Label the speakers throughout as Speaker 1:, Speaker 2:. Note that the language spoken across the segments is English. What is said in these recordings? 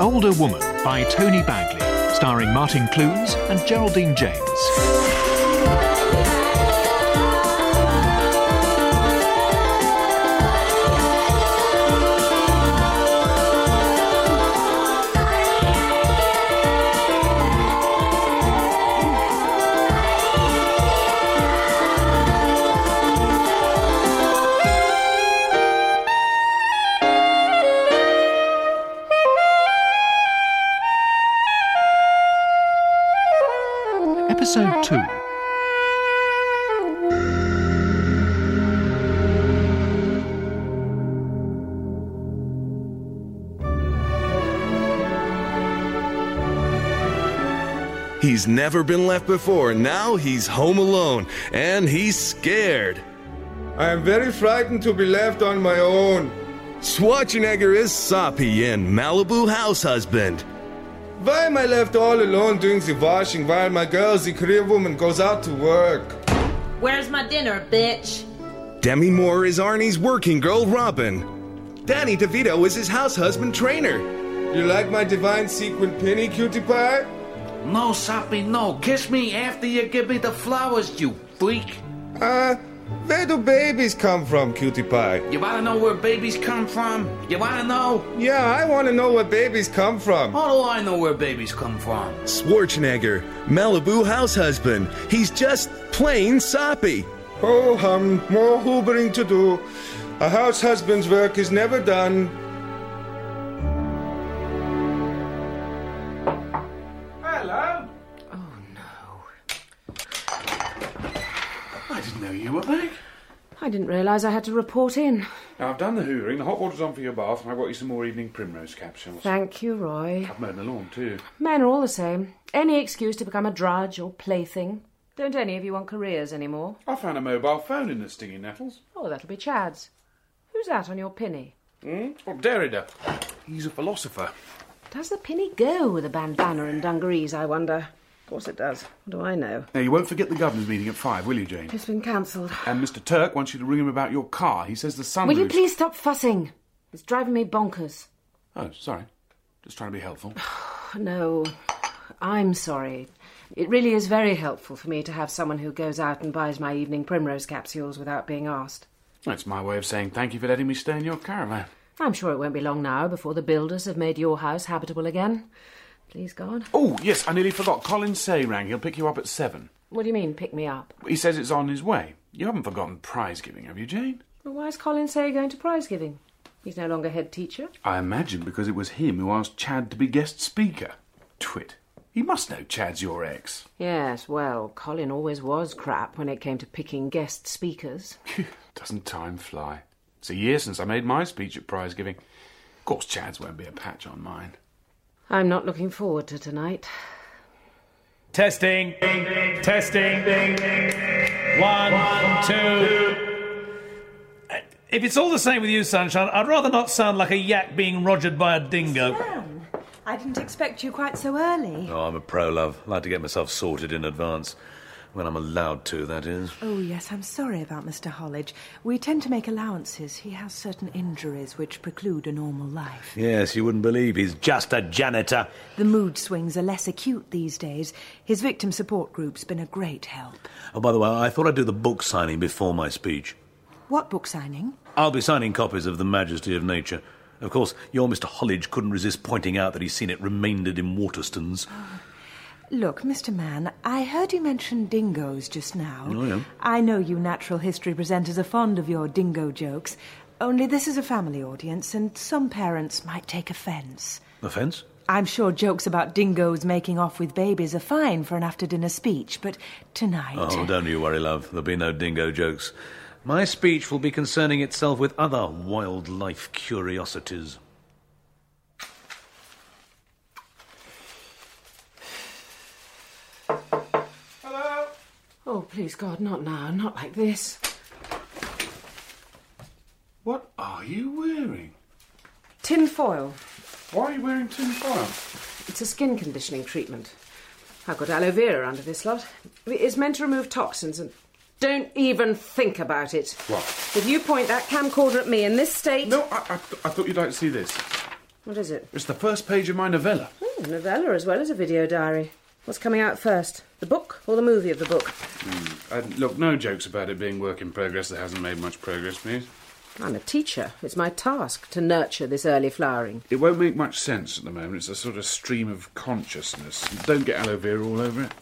Speaker 1: Wonder Woman by Tony Bagley, starring Martin Clunes and Geraldine James. Episode 2
Speaker 2: He's never been left before. Now he's home alone, and he's scared.
Speaker 3: I am very frightened to be left on my own.
Speaker 2: Schwarzenegger is soppy in Malibu house husband.
Speaker 3: Why am I left all alone doing the washing while my girl, the career woman, goes out to work?
Speaker 4: Where's my dinner, bitch?
Speaker 2: Demi Moore is Arnie's working girl, Robin. Danny DeVito is his house husband trainer.
Speaker 3: You like my divine sequin penny, cutie pie?
Speaker 5: No, Soppy, no. Kiss me after you give me the flowers, you freak.
Speaker 3: Uh, where do babies come from, cutie pie?
Speaker 5: You wanna know where babies come from? You wanna know?
Speaker 3: Yeah, I want to know where babies come from.
Speaker 5: How do I know where babies come from?
Speaker 2: Schwarzenegger, Malibu house husband. He's just plain soppy.
Speaker 3: Oh, hum, more hoovering to do. A house husband's work is never done.
Speaker 5: Hello. I didn't know you were back.
Speaker 6: I didn't realise I had to report in.
Speaker 7: Now, I've done the hoovering, the hot water's on for your bath, and I've got you some more evening primrose capsules.
Speaker 6: Thank you, Roy.
Speaker 7: I've mowed the lawn too.
Speaker 6: Men are all the same. Any excuse to become a drudge or plaything. Don't any of you want careers anymore?
Speaker 7: I found a mobile phone in the stinging nettles.
Speaker 6: Oh, that'll be Chad's. Who's that on your pinny?
Speaker 7: Or Derrida. He's a philosopher.
Speaker 6: Does the pinny go with a bandana and dungarees, I wonder? Of course it does. What do I know?
Speaker 7: Now, you won't forget the governor's meeting at five, will you, Jane?
Speaker 6: It's been cancelled.
Speaker 7: And Mr. Turk wants you to ring him about your car. He says the sun.
Speaker 6: Will you please stop fussing? It's driving me bonkers.
Speaker 7: Oh, sorry. Just trying to be helpful.
Speaker 6: No, I'm sorry. It really is very helpful for me to have someone who goes out and buys my evening primrose capsules without being asked.
Speaker 7: That's my way of saying thank you for letting me stay in your caravan.
Speaker 6: I'm sure it won't be long now before the builders have made your house habitable again. Please, God.
Speaker 7: Oh, yes, I nearly forgot. Colin Say rang. He'll pick you up at seven.
Speaker 6: What do you mean, pick me up?
Speaker 7: He says it's on his way. You haven't forgotten prize giving, have you, Jane?
Speaker 6: Well, why is Colin Say going to prize giving? He's no longer head teacher.
Speaker 7: I imagine because it was him who asked Chad to be guest speaker. Twit. He must know Chad's your ex.
Speaker 6: Yes, well, Colin always was crap when it came to picking guest speakers.
Speaker 7: Doesn't time fly? It's a year since I made my speech at prize giving. Of course, Chad's won't be a patch on mine.
Speaker 6: I'm not looking forward to tonight.
Speaker 8: Testing. Testing. One, two. If it's all the same with you, Sunshine, I'd rather not sound like a yak being rogered by a dingo.
Speaker 9: I didn't expect you quite so early.
Speaker 10: Oh, I'm a pro love. Like to get myself sorted in advance. When I'm allowed to, that is.
Speaker 9: Oh, yes, I'm sorry about Mr. Hollidge. We tend to make allowances. He has certain injuries which preclude a normal life.
Speaker 10: Yes, you wouldn't believe he's just a janitor.
Speaker 9: The mood swings are less acute these days. His victim support group's been a great help.
Speaker 10: Oh, by the way, I thought I'd do the book signing before my speech.
Speaker 9: What book signing?
Speaker 10: I'll be signing copies of The Majesty of Nature. Of course, your Mr. Hollidge couldn't resist pointing out that he's seen it remaindered in Waterstones.
Speaker 9: Look, Mr. Mann, I heard you mention dingoes just now.
Speaker 10: Oh, yeah.
Speaker 9: I know you natural history presenters are fond of your dingo jokes, only this is a family audience and some parents might take offence.
Speaker 10: Offence?
Speaker 9: I'm sure jokes about dingoes making off with babies are fine for an after dinner speech, but tonight.
Speaker 10: Oh, don't you worry, love. There'll be no dingo jokes. My speech will be concerning itself with other wildlife curiosities.
Speaker 6: Oh, please, God, not now, not like this.
Speaker 7: What are you wearing?
Speaker 6: Tin foil.
Speaker 7: Why are you wearing tin foil?
Speaker 6: It's a skin conditioning treatment. I've got aloe vera under this lot. It's meant to remove toxins and. Don't even think about it.
Speaker 7: What?
Speaker 6: If you point that camcorder at me in this state.
Speaker 7: No, I, I, th- I thought you'd like to see this.
Speaker 6: What is it?
Speaker 7: It's the first page of my novella.
Speaker 6: Oh, a novella as well as a video diary. What's coming out first? The book or the movie of the book?
Speaker 7: And look, no jokes about it being work in progress that hasn't made much progress, please.
Speaker 6: I'm a teacher. It's my task to nurture this early flowering.
Speaker 7: It won't make much sense at the moment. It's a sort of stream of consciousness. Don't get aloe vera all over it.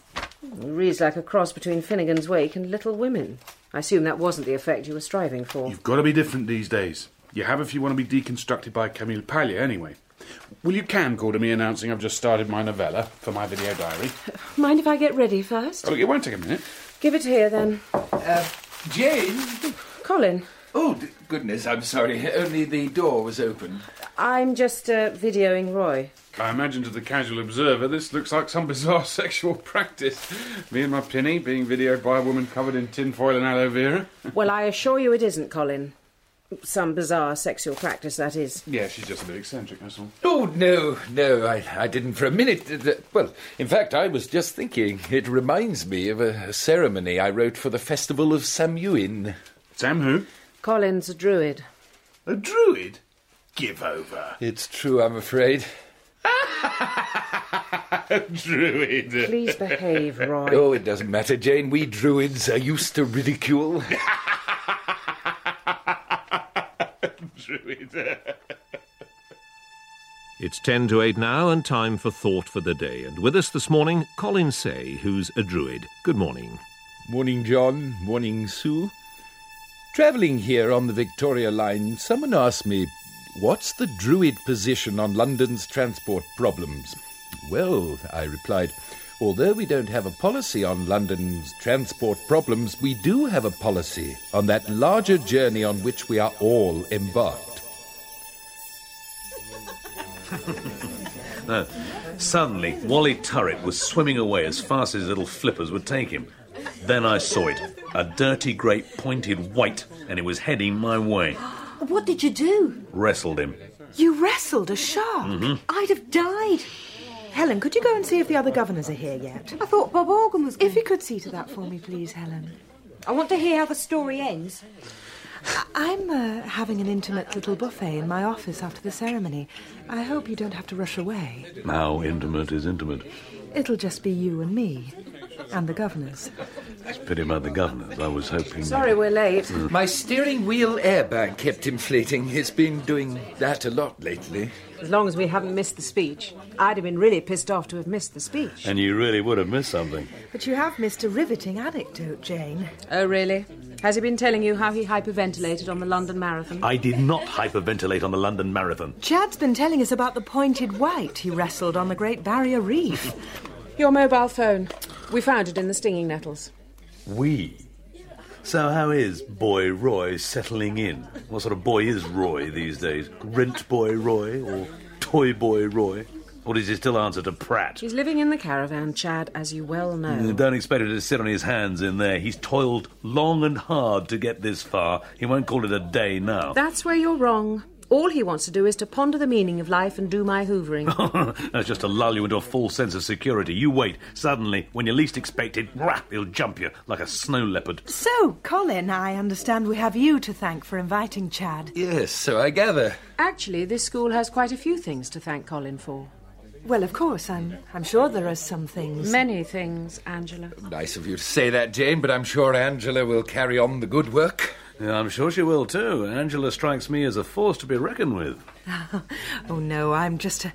Speaker 6: It reads like a cross between Finnegan's Wake and Little Women. I assume that wasn't the effect you were striving for.
Speaker 7: You've got to be different these days. You have if you want to be deconstructed by Camille Paglia, anyway. Will you camcorder me announcing I've just started my novella for my video diary?
Speaker 6: Mind if I get ready first?
Speaker 7: Oh, look, it won't take a minute.
Speaker 6: Give it here then.
Speaker 11: Jane?
Speaker 6: Colin,
Speaker 11: Oh, d- goodness, I'm sorry. Only the door was open.
Speaker 6: I'm just uh, videoing Roy.
Speaker 7: I imagine to the casual observer this looks like some bizarre sexual practice. Me and my pinny being videoed by a woman covered in tinfoil and aloe vera.
Speaker 6: well, I assure you it isn't, Colin. Some bizarre sexual practice, that is.
Speaker 7: Yeah, she's just a bit eccentric, that's all.
Speaker 11: Oh, no, no, I, I didn't for a minute. Th- th- Well, in fact, I was just thinking. It reminds me of a ceremony I wrote for the Festival of Samuin.
Speaker 7: Sam who?
Speaker 6: Colin's a druid.
Speaker 7: A druid? Give over.
Speaker 11: It's true, I'm afraid.
Speaker 7: druid.
Speaker 6: Please behave, Roy.
Speaker 11: Oh, it doesn't matter, Jane. We druids are used to ridicule.
Speaker 12: It's 10 to 8 now and time for Thought for the Day. And with us this morning, Colin Say, who's a druid. Good morning.
Speaker 11: Morning, John. Morning, Sue. Travelling here on the Victoria Line, someone asked me, What's the Druid position on London's transport problems? Well, I replied, although we don't have a policy on London's transport problems, we do have a policy on that larger journey on which we are all embarked.
Speaker 10: No. Suddenly, Wally Turret was swimming away as fast as his little flippers would take him. Then I saw it a dirty, great, pointed white, and it was heading my way.
Speaker 13: What did you do?
Speaker 10: Wrestled him.
Speaker 9: You wrestled a shark.
Speaker 10: Mhm.
Speaker 9: I'd have died. Helen, could you go and see if the other governors are here yet? I thought Bob Organ was. If you could see to that for me, please, Helen.
Speaker 13: I want to hear how the story ends.
Speaker 9: I'm uh, having an intimate little buffet in my office after the ceremony. I hope you don't have to rush away.
Speaker 10: How intimate is intimate?
Speaker 9: It'll just be you and me, and the governors.
Speaker 10: It's a pity about the governors. I was hoping.
Speaker 6: we're late.
Speaker 11: My steering wheel airbag kept inflating. It's been doing that a lot lately.
Speaker 6: As long as we haven't missed the speech. I'd have been really pissed off to have missed the speech.
Speaker 10: And you really would have missed something.
Speaker 9: But you have missed a riveting anecdote, Jane.
Speaker 6: Oh, really? Has he been telling you how he hyperventilated on the London Marathon?
Speaker 10: I did not hyperventilate on the London Marathon.
Speaker 9: Chad's been telling us about the pointed white he wrestled on the Great Barrier Reef.
Speaker 6: Your mobile phone. We found it in the stinging nettles.
Speaker 10: We. So, how is Boy Roy settling in? What sort of boy is Roy these days? Rent Boy Roy or Toy Boy Roy? Or does he still answer to Pratt?
Speaker 6: He's living in the caravan, Chad, as you well know.
Speaker 10: Don't expect him to sit on his hands in there. He's toiled long and hard to get this far. He won't call it a day now.
Speaker 6: That's where you're wrong. All he wants to do is to ponder the meaning of life and do my hoovering.
Speaker 10: That's just to lull you into a false sense of security. You wait. Suddenly, when you're least expected, rap, he'll jump you like a snow leopard.
Speaker 9: So, Colin, I understand we have you to thank for inviting Chad.
Speaker 11: Yes, so I gather.
Speaker 6: Actually, this school has quite a few things to thank Colin for.
Speaker 9: Well, of course, I'm, I'm sure there are some things.
Speaker 6: Many things, Angela.
Speaker 11: Nice of you to say that, Jane, but I'm sure Angela will carry on the good work.
Speaker 10: Yeah, I'm sure she will too. Angela strikes me as a force to be reckoned with.
Speaker 9: Oh, no, I'm just a,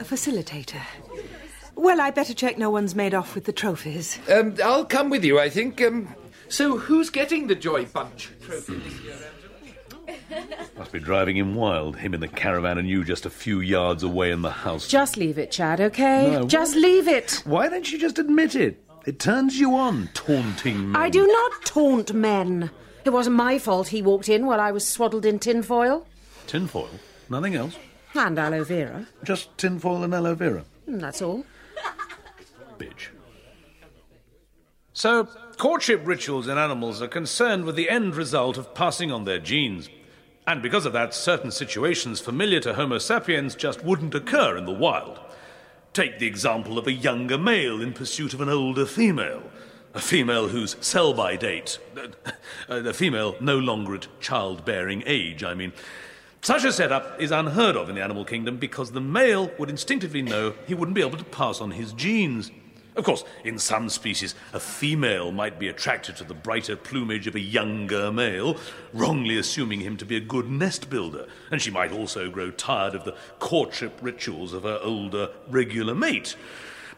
Speaker 9: a facilitator. Well, I better check no one's made off with the trophies.
Speaker 11: Um, I'll come with you, I think. Um, so, who's getting the Joy Bunch trophy?
Speaker 10: Must be driving him wild, him in the caravan and you just a few yards away in the house.
Speaker 6: Just leave it, Chad, okay?
Speaker 10: No,
Speaker 6: Just leave it.
Speaker 10: Why don't you just admit it? It turns you on, taunting me.
Speaker 6: I do not taunt men. It wasn't my fault he walked in while I was swaddled in tinfoil
Speaker 10: Tinfoil? Nothing else?
Speaker 6: and aloe vera.
Speaker 10: Just tinfoil and aloe vera.
Speaker 6: And that's all.
Speaker 10: Bitch. So, courtship rituals in animals are concerned with the end result of passing on their genes. And because of that, certain situations familiar to Homo sapiens just wouldn't occur in the wild. Take the example of a younger male in pursuit of an older female. A female whose sell by date, a female no longer at childbearing age, I mean. Such a setup is unheard of in the animal kingdom because the male would instinctively know he wouldn't be able to pass on his genes. Of course, in some species, a female might be attracted to the brighter plumage of a younger male, wrongly assuming him to be a good nest builder, and she might also grow tired of the courtship rituals of her older, regular mate.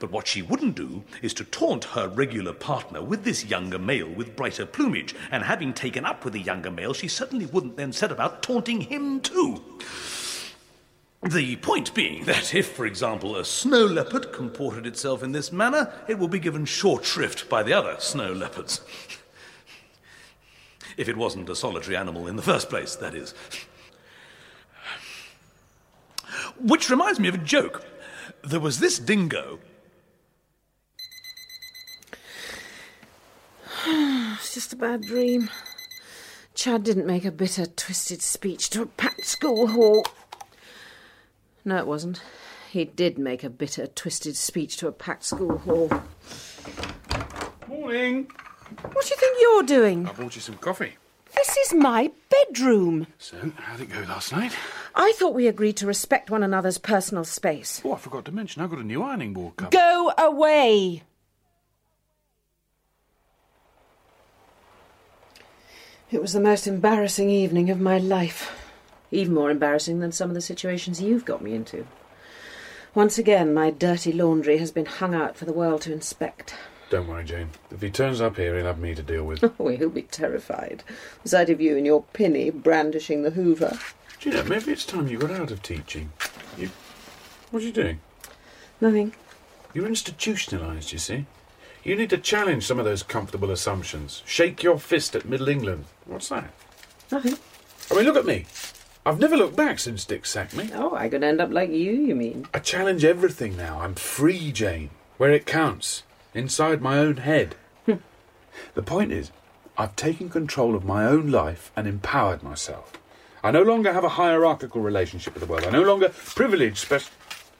Speaker 10: But what she wouldn't do is to taunt her regular partner with this younger male with brighter plumage, and having taken up with the younger male, she certainly wouldn't then set about taunting him too. The point being that if, for example, a snow leopard comported itself in this manner, it will be given short shrift by the other snow leopards. if it wasn't a solitary animal in the first place, that is. Which reminds me of a joke. There was this dingo
Speaker 6: it's just a bad dream. Chad didn't make a bitter, twisted speech to a packed school hall. No, it wasn't. He did make a bitter, twisted speech to a packed school hall.
Speaker 7: Morning.
Speaker 6: What do you think you're doing?
Speaker 7: I bought you some coffee.
Speaker 6: This is my bedroom.
Speaker 7: So, how'd it go last night?
Speaker 6: I thought we agreed to respect one another's personal space.
Speaker 7: Oh, I forgot to mention, I've got a new ironing board cover.
Speaker 6: Go away! It was the most embarrassing evening of my life. Even more embarrassing than some of the situations you've got me into. Once again, my dirty laundry has been hung out for the world to inspect.
Speaker 7: Don't worry, Jane. If he turns up here, he'll have me to deal with.
Speaker 6: Oh, he'll be terrified. The sight of you in your pinny brandishing the hoover.
Speaker 7: Do you know, maybe it's time you got out of teaching. You... What are you doing?
Speaker 6: Nothing.
Speaker 7: You're institutionalised, you see. You need to challenge some of those comfortable assumptions. Shake your fist at Middle England. What's that?
Speaker 6: Nothing.
Speaker 7: I mean, look at me. I've never looked back since Dick sacked me.
Speaker 6: Oh, I could end up like you, you mean?
Speaker 7: I challenge everything now. I'm free, Jane. Where it counts. Inside my own head. the point is, I've taken control of my own life and empowered myself. I no longer have a hierarchical relationship with the world. I no longer privilege special.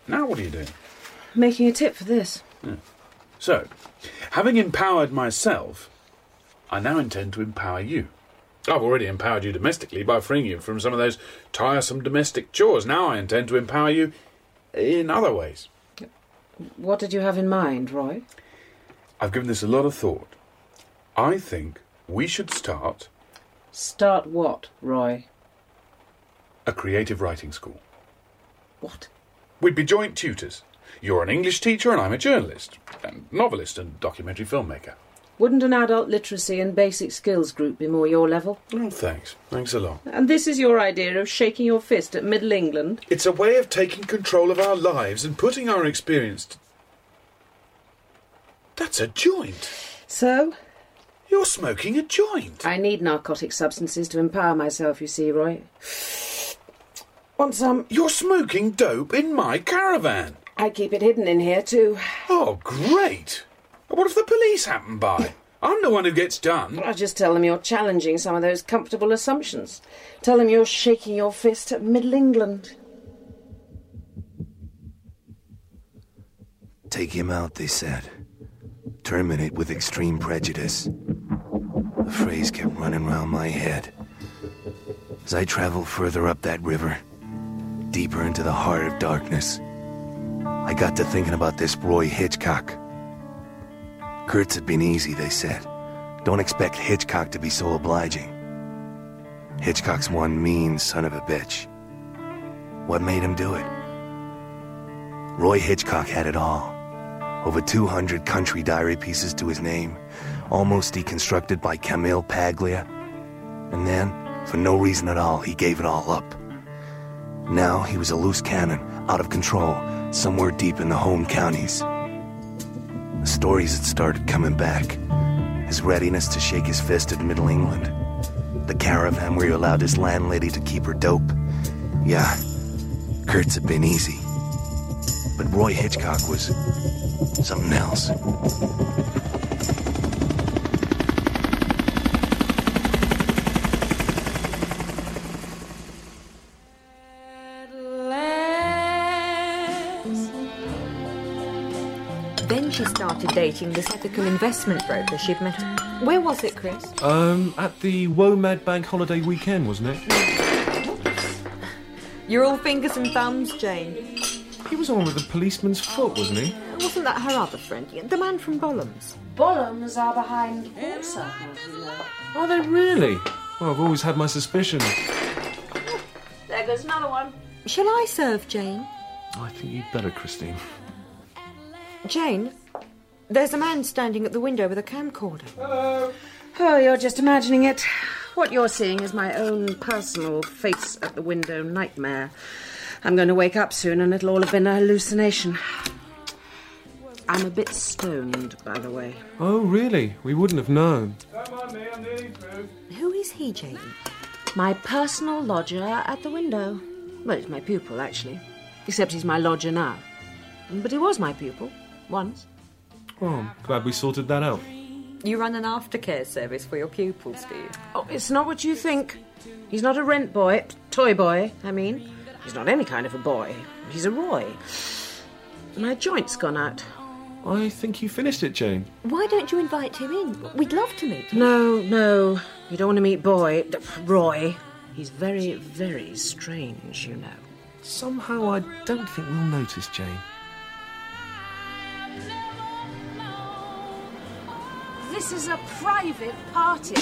Speaker 7: Now, what are you doing?
Speaker 6: Making a tip for this.
Speaker 7: Yeah. So, having empowered myself, I now intend to empower you. I've already empowered you domestically by freeing you from some of those tiresome domestic chores. Now I intend to empower you in other ways.
Speaker 6: What did you have in mind, Roy?
Speaker 7: I've given this a lot of thought. I think we should start
Speaker 6: Start what, Roy?
Speaker 7: a creative writing school.
Speaker 6: What?
Speaker 7: We'd be joint tutors. You're an English teacher and I'm a journalist, and novelist and documentary filmmaker.
Speaker 6: Wouldn't an adult literacy and basic skills group be more your level?
Speaker 7: Oh, thanks. Thanks a lot.
Speaker 6: And this is your idea of shaking your fist at Middle England?
Speaker 7: It's a way of taking control of our lives and putting our experience. t- That's a joint.
Speaker 6: So?
Speaker 7: You're smoking a joint.
Speaker 6: I need narcotic substances to empower myself, you see, Roy. Want some?
Speaker 7: You're smoking dope in my caravan.
Speaker 6: I keep it hidden in here, too.
Speaker 7: Oh, great. But What if the police happen by? I'm the one who gets done.
Speaker 6: I just tell them you're challenging some of those comfortable assumptions. Tell them you're shaking your fist at Middle England.
Speaker 14: Take him out, they said. Terminate with extreme prejudice. The phrase kept running round my head. As I traveled further up that river, deeper into the heart of darkness, I got to thinking about this Roy Hitchcock. Kurtz had been easy, they said. Don't expect Hitchcock to be so obliging. Hitchcock's one mean son of a bitch. What made him do it? Roy Hitchcock had it all. Over 200 country diary pieces to his name, almost deconstructed by Camille Paglia. And then, for no reason at all, he gave it all up. Now he was a loose cannon, out of control, somewhere deep in the home counties. The stories had started coming back. His readiness to shake his fist at Middle England. The caravan where he allowed his landlady to keep her dope. Yeah, Kurtz had been easy. But Roy Hitchcock was something else.
Speaker 15: Then she started dating the Sethicum investment broker she'd met. Where was it, Chris?
Speaker 16: Um, at the WOMAD Bank holiday weekend, wasn't it?
Speaker 15: You're all fingers and thumbs, Jane.
Speaker 16: He was on with the policeman's foot, wasn't he?
Speaker 15: Wasn't that her other friend? The man from Bolham's.
Speaker 17: Bolums are behind all circles, you know.
Speaker 16: Are they really? Well, I've always had my suspicions.
Speaker 17: There goes another one.
Speaker 15: Shall I serve Jane?
Speaker 16: I think you'd better, Christine.
Speaker 15: Jane, there's a man standing at the window with a camcorder.
Speaker 6: Hello. Oh, you're just imagining it. What you're seeing is my own personal face at the window nightmare. I'm going to wake up soon and it'll all have been a hallucination. I'm a bit stoned, by the way.
Speaker 16: Oh, really? We wouldn't have known.
Speaker 15: Who is he, Jane?
Speaker 6: My personal lodger at the window. Well, he's my pupil, actually. Except he's my lodger now. But he was my pupil, once.
Speaker 16: Oh, I'm glad we sorted that out.
Speaker 15: You run an aftercare service for your pupils, do you?
Speaker 6: Oh, it's not what you think. He's not a rent boy, toy boy, I mean. He's not any kind of a boy. He's a Roy. My joint's gone out.
Speaker 16: I think you finished it, Jane.
Speaker 15: Why don't you invite him in? We'd love to meet him.
Speaker 6: No, no. You don't want to meet Boy. Roy. He's very, very strange, you know.
Speaker 16: Somehow I don't think we'll notice, Jane.
Speaker 17: This is a private party.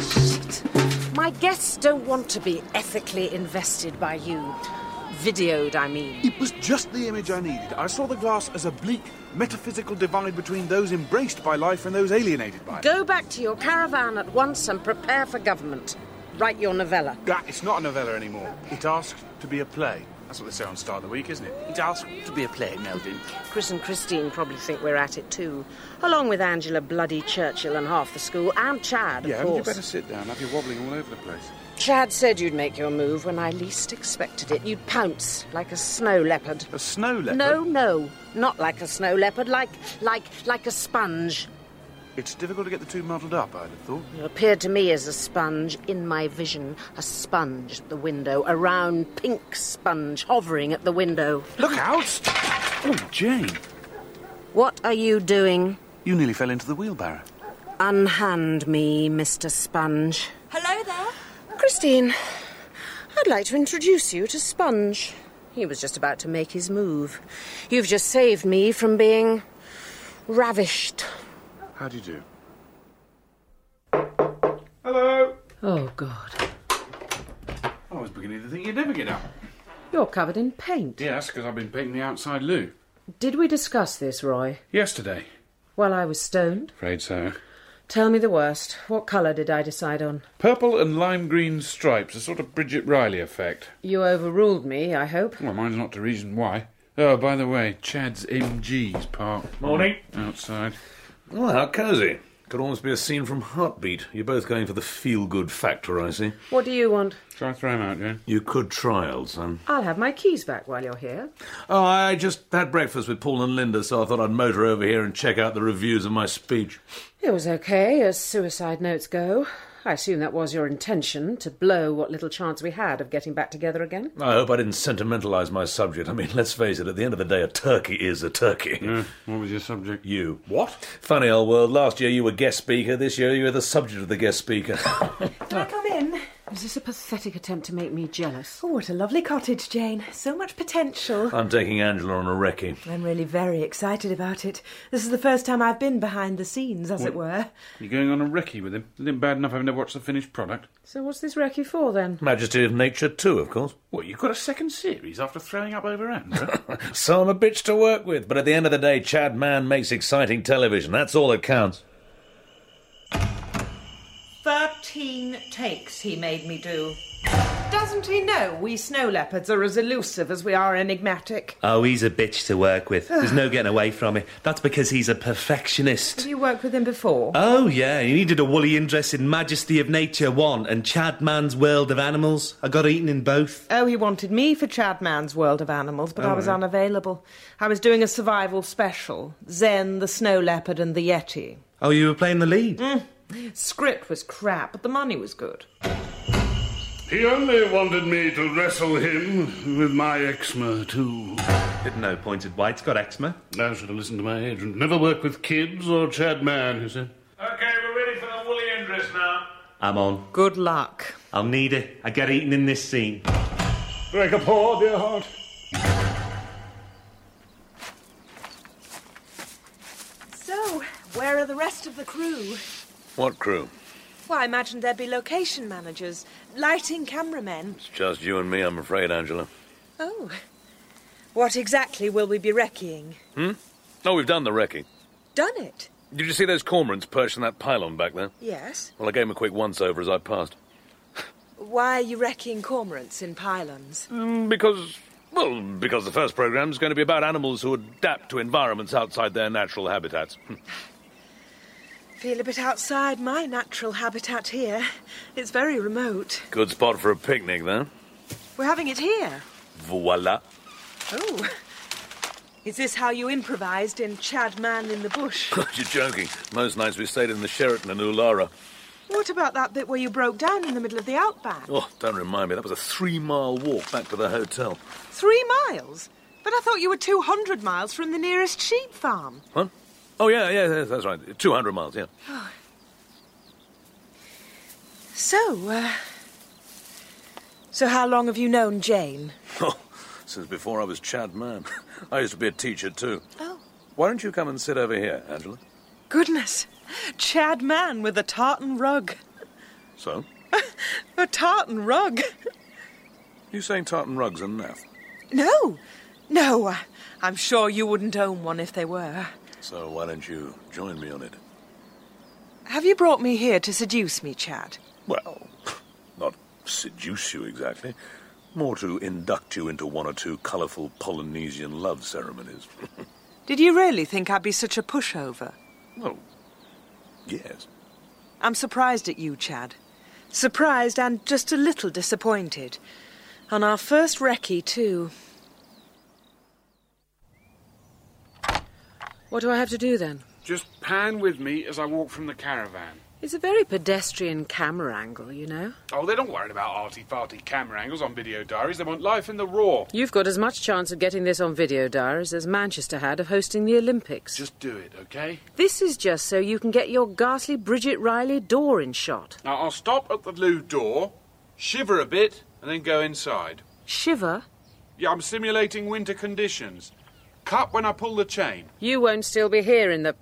Speaker 6: Shit. My guests don't want to be ethically invested by you. Videoed, I mean.
Speaker 18: It was just the image I needed. I saw the glass as a bleak, metaphysical divide between those embraced by life and those alienated by it.
Speaker 6: Go back to your caravan at once and prepare for government. Write your novella.
Speaker 18: Ah, it's not a novella anymore. It asked to be a play. That's what they say on Start of the Week, isn't it? It asked to be a play, Melvin.
Speaker 6: Chris and Christine probably think we're at it too, along with Angela Bloody Churchill and half the school, and Chad, of
Speaker 18: yeah,
Speaker 6: course.
Speaker 18: you better sit down. I'll be wobbling all over the place.
Speaker 6: Chad said you'd make your move when I least expected it. You'd pounce like a snow leopard.
Speaker 18: A snow leopard?
Speaker 6: No, no, not like a snow leopard, like, like, like a sponge.
Speaker 18: It's difficult to get the two muddled up, I'd have thought.
Speaker 6: You appeared to me as a sponge in my vision, a sponge at the window, a round pink sponge hovering at the window.
Speaker 18: Look out! Oh, Jane.
Speaker 6: What are you doing?
Speaker 18: You nearly fell into the wheelbarrow.
Speaker 6: Unhand me, Mr. Sponge.
Speaker 15: Hello there.
Speaker 6: Christine, I'd like to introduce you to Sponge. He was just about to make his move. You've just saved me from being ravished.
Speaker 18: How do you do?
Speaker 3: Hello.
Speaker 6: Oh, God.
Speaker 7: I was beginning to think you'd never get up.
Speaker 6: You're covered in paint.
Speaker 7: Yeah, that's because I've been painting the outside loo.
Speaker 6: Did we discuss this, Roy?
Speaker 7: Yesterday.
Speaker 6: While I was stoned?
Speaker 7: Afraid so.
Speaker 6: Tell me the worst. What colour did I decide on?
Speaker 7: Purple and lime green stripes, a sort of Bridget Riley effect.
Speaker 6: You overruled me, I hope.
Speaker 7: Well, mine's not the reason why. Oh, by the way, Chad's MG's parked
Speaker 10: Morning.
Speaker 7: Outside.
Speaker 10: Oh, how cosy. Could almost be a scene from Heartbeat. You're both going for the feel good factor, I see.
Speaker 6: What do you want?
Speaker 7: Shall I throw him out, Jane?
Speaker 10: You could try, old son.
Speaker 6: I'll have my keys back while you're here.
Speaker 10: Oh, I just had breakfast with Paul and Linda, so I thought I'd motor over here and check out the reviews of my speech.
Speaker 6: It was okay, as suicide notes go. I assume that was your intention, to blow what little chance we had of getting back together again.
Speaker 10: I hope I didn't sentimentalise my subject. I mean, let's face it, at the end of the day, a turkey is a turkey.
Speaker 7: What was your subject?
Speaker 10: You. What? Funny old world. Last year you were guest speaker, this year you were the subject of the guest speaker.
Speaker 9: Can I come in?
Speaker 6: Is this a pathetic attempt to make me jealous?
Speaker 9: Oh, what a lovely cottage, Jane. So much potential.
Speaker 10: I'm taking Angela on a recce.
Speaker 9: I'm really very excited about it. This is the first time I've been behind the scenes, as it were.
Speaker 7: You're going on a recce with him. Isn't it bad enough having to watch the finished product?
Speaker 6: So, what's this recce for then?
Speaker 10: Majesty of Nature too, of course.
Speaker 7: What, you've got a second series after throwing up over Andra?
Speaker 10: So I'm a bitch to work with, but at the end of the day, Chad Mann makes exciting television. That's all that counts.
Speaker 4: Thirteen takes he made me do.
Speaker 19: Doesn't he know we snow leopards are as elusive as we are enigmatic?
Speaker 20: Oh, he's a bitch to work with. There's no getting away from it. That's because he's a perfectionist.
Speaker 19: Have you worked with him before?
Speaker 20: Oh, yeah, he needed a woolly interest in Majesty of Nature 1 and Chad Man's World of Animals. I got eaten in both.
Speaker 19: Oh, he wanted me for Chadman's World of Animals, but I
Speaker 20: Oh,
Speaker 19: was
Speaker 20: right.
Speaker 19: unavailable. I was doing a survival special Zen, the snow leopard, and the yeti.
Speaker 20: Oh, you were playing the lead?
Speaker 19: Mm. Script was crap, but the money was good.
Speaker 21: He only wanted me to wrestle him with my eczema, too.
Speaker 20: Didn't know Pointed White's got eczema.
Speaker 21: I should have listened to my agent. Never work with kids or Chad Mann, he said.
Speaker 5: Okay, we're ready for the woolly interest now.
Speaker 20: I'm on.
Speaker 19: Good luck.
Speaker 20: I'll need it. I get eaten in this scene.
Speaker 22: Break a paw, dear heart.
Speaker 9: So, where are the rest of the crew?
Speaker 10: What crew?
Speaker 9: Well, I imagine there'd be location managers, lighting cameramen.
Speaker 10: It's just you and me, I'm afraid, Angela.
Speaker 9: Oh. What exactly will we be wrecking?
Speaker 10: Hmm? Oh, we've done the wrecking.
Speaker 9: Done it?
Speaker 10: Did you see those cormorants perched on that pylon back there?
Speaker 9: Yes.
Speaker 10: Well, I gave them a quick once over as I passed.
Speaker 9: Why are you wrecking cormorants in pylons?
Speaker 10: Mm, because, well, because the first program's going to be about animals who adapt to environments outside their natural habitats. Hmm.
Speaker 9: Feel a bit outside my natural habitat here. It's very remote.
Speaker 10: Good spot for a picnic, though.
Speaker 9: We're having it here.
Speaker 10: Voila.
Speaker 9: Oh. Is this how you improvised in Chad Man in the Bush?
Speaker 10: You're joking. Most nights we stayed in the Sheraton in Ulara.
Speaker 9: What about that bit where you broke down in the middle of the outback?
Speaker 10: Oh, don't remind me. That was a three mile walk back to the hotel.
Speaker 9: Three miles? But I thought you were 200 miles from the nearest sheep farm.
Speaker 10: Huh? Oh, yeah, yeah, yeah, that's right. 200 miles, yeah.
Speaker 9: Oh. So, uh, so how long have you known Jane?
Speaker 10: Oh, since before I was Chad Man. I used to be a teacher, too.
Speaker 9: Oh.
Speaker 10: Why don't you come and sit over here, Angela?
Speaker 9: Goodness, Chad Man with a tartan rug.
Speaker 10: So?
Speaker 9: a tartan rug?
Speaker 10: You saying tartan rugs are naff?
Speaker 9: No, no, I- I'm sure you wouldn't own one if they were.
Speaker 10: So why don't you join me on it?
Speaker 9: Have you brought me here to seduce me, Chad?
Speaker 10: Well, not seduce you exactly. More to induct you into one or two colourful Polynesian love ceremonies.
Speaker 9: Did you really think I'd be such a pushover?
Speaker 10: Well, yes.
Speaker 9: I'm surprised at you, Chad. Surprised and just a little disappointed. On our first recce, too.
Speaker 6: What do I have to do then?
Speaker 7: Just pan with me as I walk from the caravan.
Speaker 6: It's a very pedestrian camera angle, you know.
Speaker 7: Oh, they're not worried about arty-farty camera angles on video diaries. They want life in the raw.
Speaker 6: You've got as much chance of getting this on video diaries as Manchester had of hosting the Olympics.
Speaker 7: Just do it, okay?
Speaker 6: This is just so you can get your ghastly Bridget Riley door in shot.
Speaker 7: Now, I'll stop at the loo door, shiver a bit, and then go inside.
Speaker 6: Shiver?
Speaker 7: Yeah, I'm simulating winter conditions. Cut when I pull the chain.
Speaker 6: You won't still be here in the.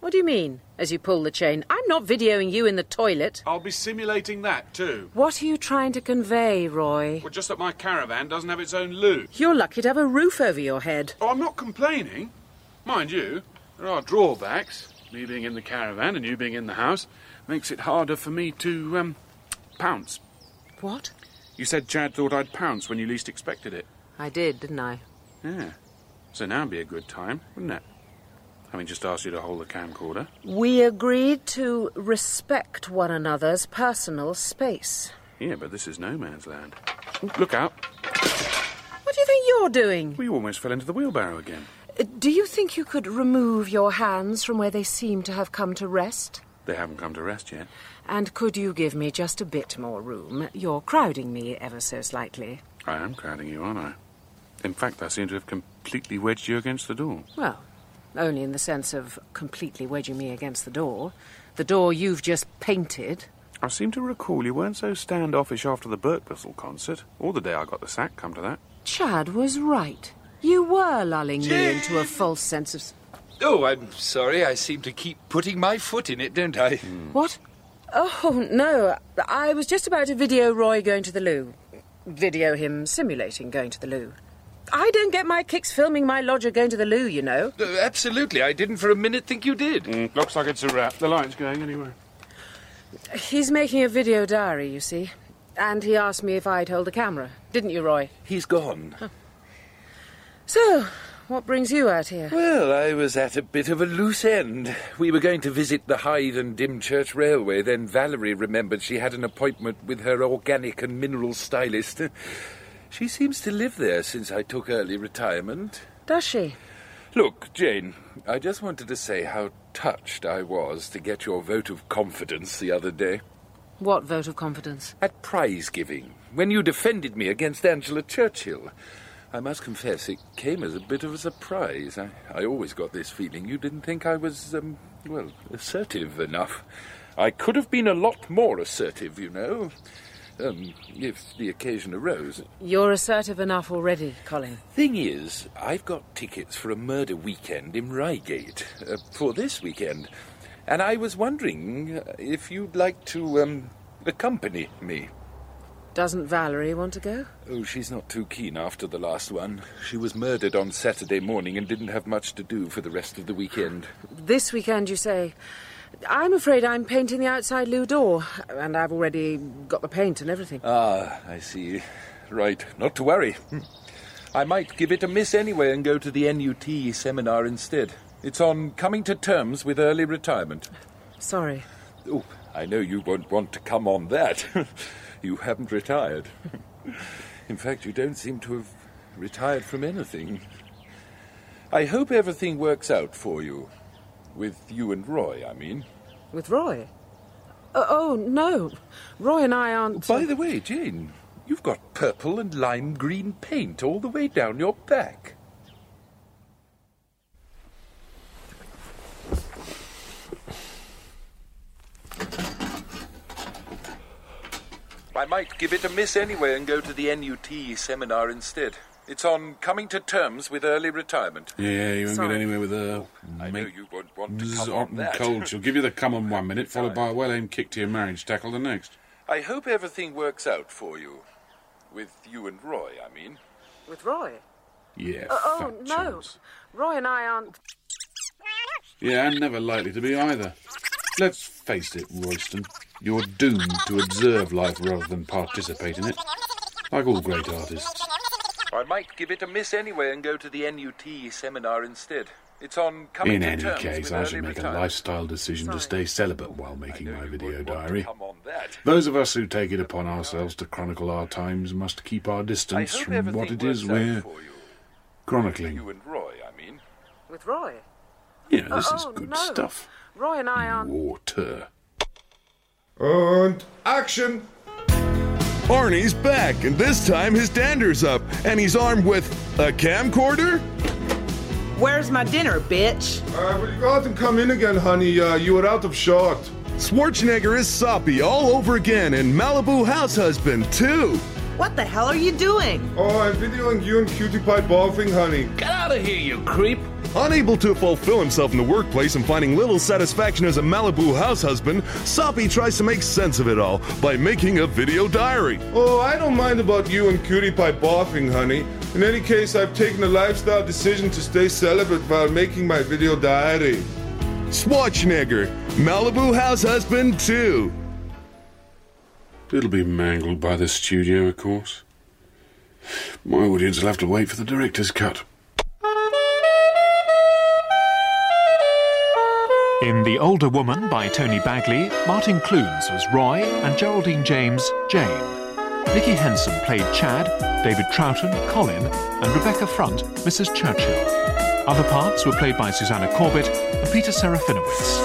Speaker 6: What do you mean, as you pull the chain? I'm not videoing you in the toilet.
Speaker 7: I'll be simulating that, too.
Speaker 6: What are you trying to convey, Roy?
Speaker 7: Well, just that my caravan doesn't have its own loo.
Speaker 6: You're lucky to have a roof over your head.
Speaker 7: Oh, I'm not complaining. Mind you, there are drawbacks. Me being in the caravan and you being in the house makes it harder for me to, um, pounce.
Speaker 6: What?
Speaker 7: You said Chad thought I'd pounce when you least expected it.
Speaker 6: I did, didn't I?
Speaker 7: Yeah. So now'd be a good time, wouldn't it? Having just asked you to hold the camcorder.
Speaker 6: We agreed to respect one another's personal space.
Speaker 7: Yeah, but this is no man's land. Look out.
Speaker 6: What do you think you're doing?
Speaker 7: We almost fell into the wheelbarrow again.
Speaker 6: Uh, Do you think you could remove your hands from where they seem to have come to rest?
Speaker 7: They haven't come to rest yet.
Speaker 6: And could you give me just a bit more room? You're crowding me ever so slightly.
Speaker 7: I am crowding you, aren't I? In fact, I seem to have completely wedged you against the door.
Speaker 6: Well, only in the sense of completely wedging me against the door. The door you've just painted.
Speaker 7: I seem to recall you weren't so standoffish after the Burt Bissell concert, or the day I got the sack, come to that.
Speaker 6: Chad was right. You were lulling me into a false sense of. s-
Speaker 11: Oh, I'm sorry. I seem to keep putting my foot in it, don't I?
Speaker 6: What? Hmm. Oh, no. I was just about to video Roy going to the loo. Video him simulating going to the loo. I don't get my kicks filming my lodger going to the loo, you know.
Speaker 11: Uh, absolutely. I didn't for a minute think you did.
Speaker 7: looks like it's a wrap. The line's going anywhere.
Speaker 6: He's making a video diary, you see. And he asked me if I'd hold the camera. Didn't you, Roy?
Speaker 11: He's gone.
Speaker 6: So, what brings you out here?
Speaker 11: Well, I was at a bit of a loose end. We were going to visit the Hyde and Dymchurch Railway, then Valerie remembered she had an appointment with her organic and mineral stylist. She seems to live there since I took early retirement.
Speaker 6: Does she?
Speaker 11: Look, Jane, I just wanted to say how touched I was to get your vote of confidence the other day.
Speaker 6: What vote of confidence?
Speaker 11: At prize giving, when you defended me against Angela Churchill. I must confess, it came as a bit of a surprise. I, I always got this feeling you didn't think I was, um, well, assertive enough. I could have been a lot more assertive, you know. um, if the occasion arose.
Speaker 6: You're assertive enough already, Colin.
Speaker 11: Thing is, I've got tickets for a murder weekend in Reigate uh, for this weekend, and I was wondering uh, if you'd like to um, accompany me.
Speaker 6: Doesn't Valerie want to go?
Speaker 11: Oh, she's not too keen after the last one. She was murdered on Saturday morning and didn't have much to do for the rest of the weekend.
Speaker 6: This weekend, you say? I'm afraid I'm painting the outside loo door, and I've already got the paint and everything.
Speaker 11: Ah, I see. Right, not to worry. I might give it a miss anyway and go to the NUT seminar instead. It's on coming to terms with early retirement.
Speaker 6: Sorry.
Speaker 11: Oh, I know you won't want to come on that. you haven't retired. In fact, you don't seem to have retired from anything. I hope everything works out for you. With you and Roy, I mean.
Speaker 6: With Roy? Uh, oh, no. Roy and I aren't.
Speaker 11: By the way, Jane, you've got purple and lime green paint all the way down your back. I might give it a miss anyway and go to the NUT seminar instead. It's on coming to terms with early retirement.
Speaker 7: Yeah, yeah, you won't
Speaker 6: Sorry.
Speaker 7: get anywhere with her. I know
Speaker 11: you won't want
Speaker 7: to
Speaker 11: come
Speaker 7: hot
Speaker 11: on
Speaker 7: and
Speaker 11: that.
Speaker 7: cold. She'll give you the come on one minute, followed by a well aimed kick to your marriage tackle the next.
Speaker 11: I hope everything works out for you. With you and Roy, I mean.
Speaker 6: With Roy?
Speaker 7: Yeah.
Speaker 6: Uh, oh,
Speaker 7: fuck.
Speaker 6: no. Roy and I aren't.
Speaker 7: Yeah, and never likely to be either. Let's face it, Royston. You're doomed to observe life rather than participate in it. Like all great artists.
Speaker 11: I might give it a miss anyway and go to the NUT seminar instead. It's on coming
Speaker 7: In
Speaker 11: to
Speaker 7: any
Speaker 11: terms
Speaker 7: case,
Speaker 11: with
Speaker 7: I
Speaker 11: early
Speaker 7: should make a
Speaker 11: retirement.
Speaker 7: lifestyle decision to stay celibate while making my video diary.
Speaker 11: Come on that.
Speaker 7: Those of us who take it upon ourselves to chronicle our times must keep our distance
Speaker 11: hope
Speaker 7: from what
Speaker 11: everything
Speaker 7: it is
Speaker 11: works out
Speaker 7: we're chronicling.
Speaker 11: You and Roy, I mean.
Speaker 6: With Roy?
Speaker 7: Yeah, this
Speaker 6: Uh,
Speaker 7: is
Speaker 6: oh,
Speaker 7: good
Speaker 6: no.
Speaker 7: stuff.
Speaker 6: Roy and I aren't.
Speaker 7: Water.
Speaker 9: And action!
Speaker 2: Arnie's back, and this time his dander's up, and he's armed with a camcorder?
Speaker 9: Where's my dinner, bitch? Uh, will you go out and come in again, honey? Uh, you were out of shot.
Speaker 2: Schwarzenegger is soppy all over again, and Malibu house husband, too.
Speaker 9: What the hell are you doing? Oh, I'm videoing you and Cutie Pie golfing, honey.
Speaker 2: Get out of here, you creep! Unable to fulfill himself in the workplace and finding little satisfaction as a Malibu house husband, Soppy tries to make sense of it all by making a video diary.
Speaker 9: Oh, I don't mind about you and Cutie Pie boffing, honey. In any case, I've taken a lifestyle decision to stay celibate while making my video diary.
Speaker 2: Schwarzenegger, Malibu house husband, too.
Speaker 7: It'll be mangled by the studio, of course. My audience will have to wait for the director's cut.
Speaker 23: In The Older Woman by Tony Bagley, Martin Clunes was Roy and Geraldine James, Jane. Nicky Henson played Chad, David Troughton, Colin, and Rebecca Front, Mrs. Churchill. Other parts were played by Susanna Corbett and Peter Serafinowicz.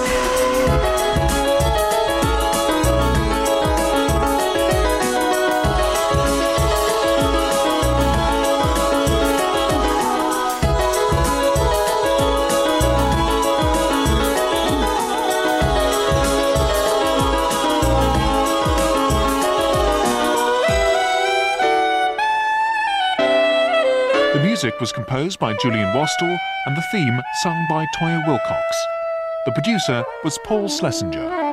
Speaker 23: The music was composed by Julian Wastel and the theme sung by Toya Wilcox. The producer was Paul Schlesinger.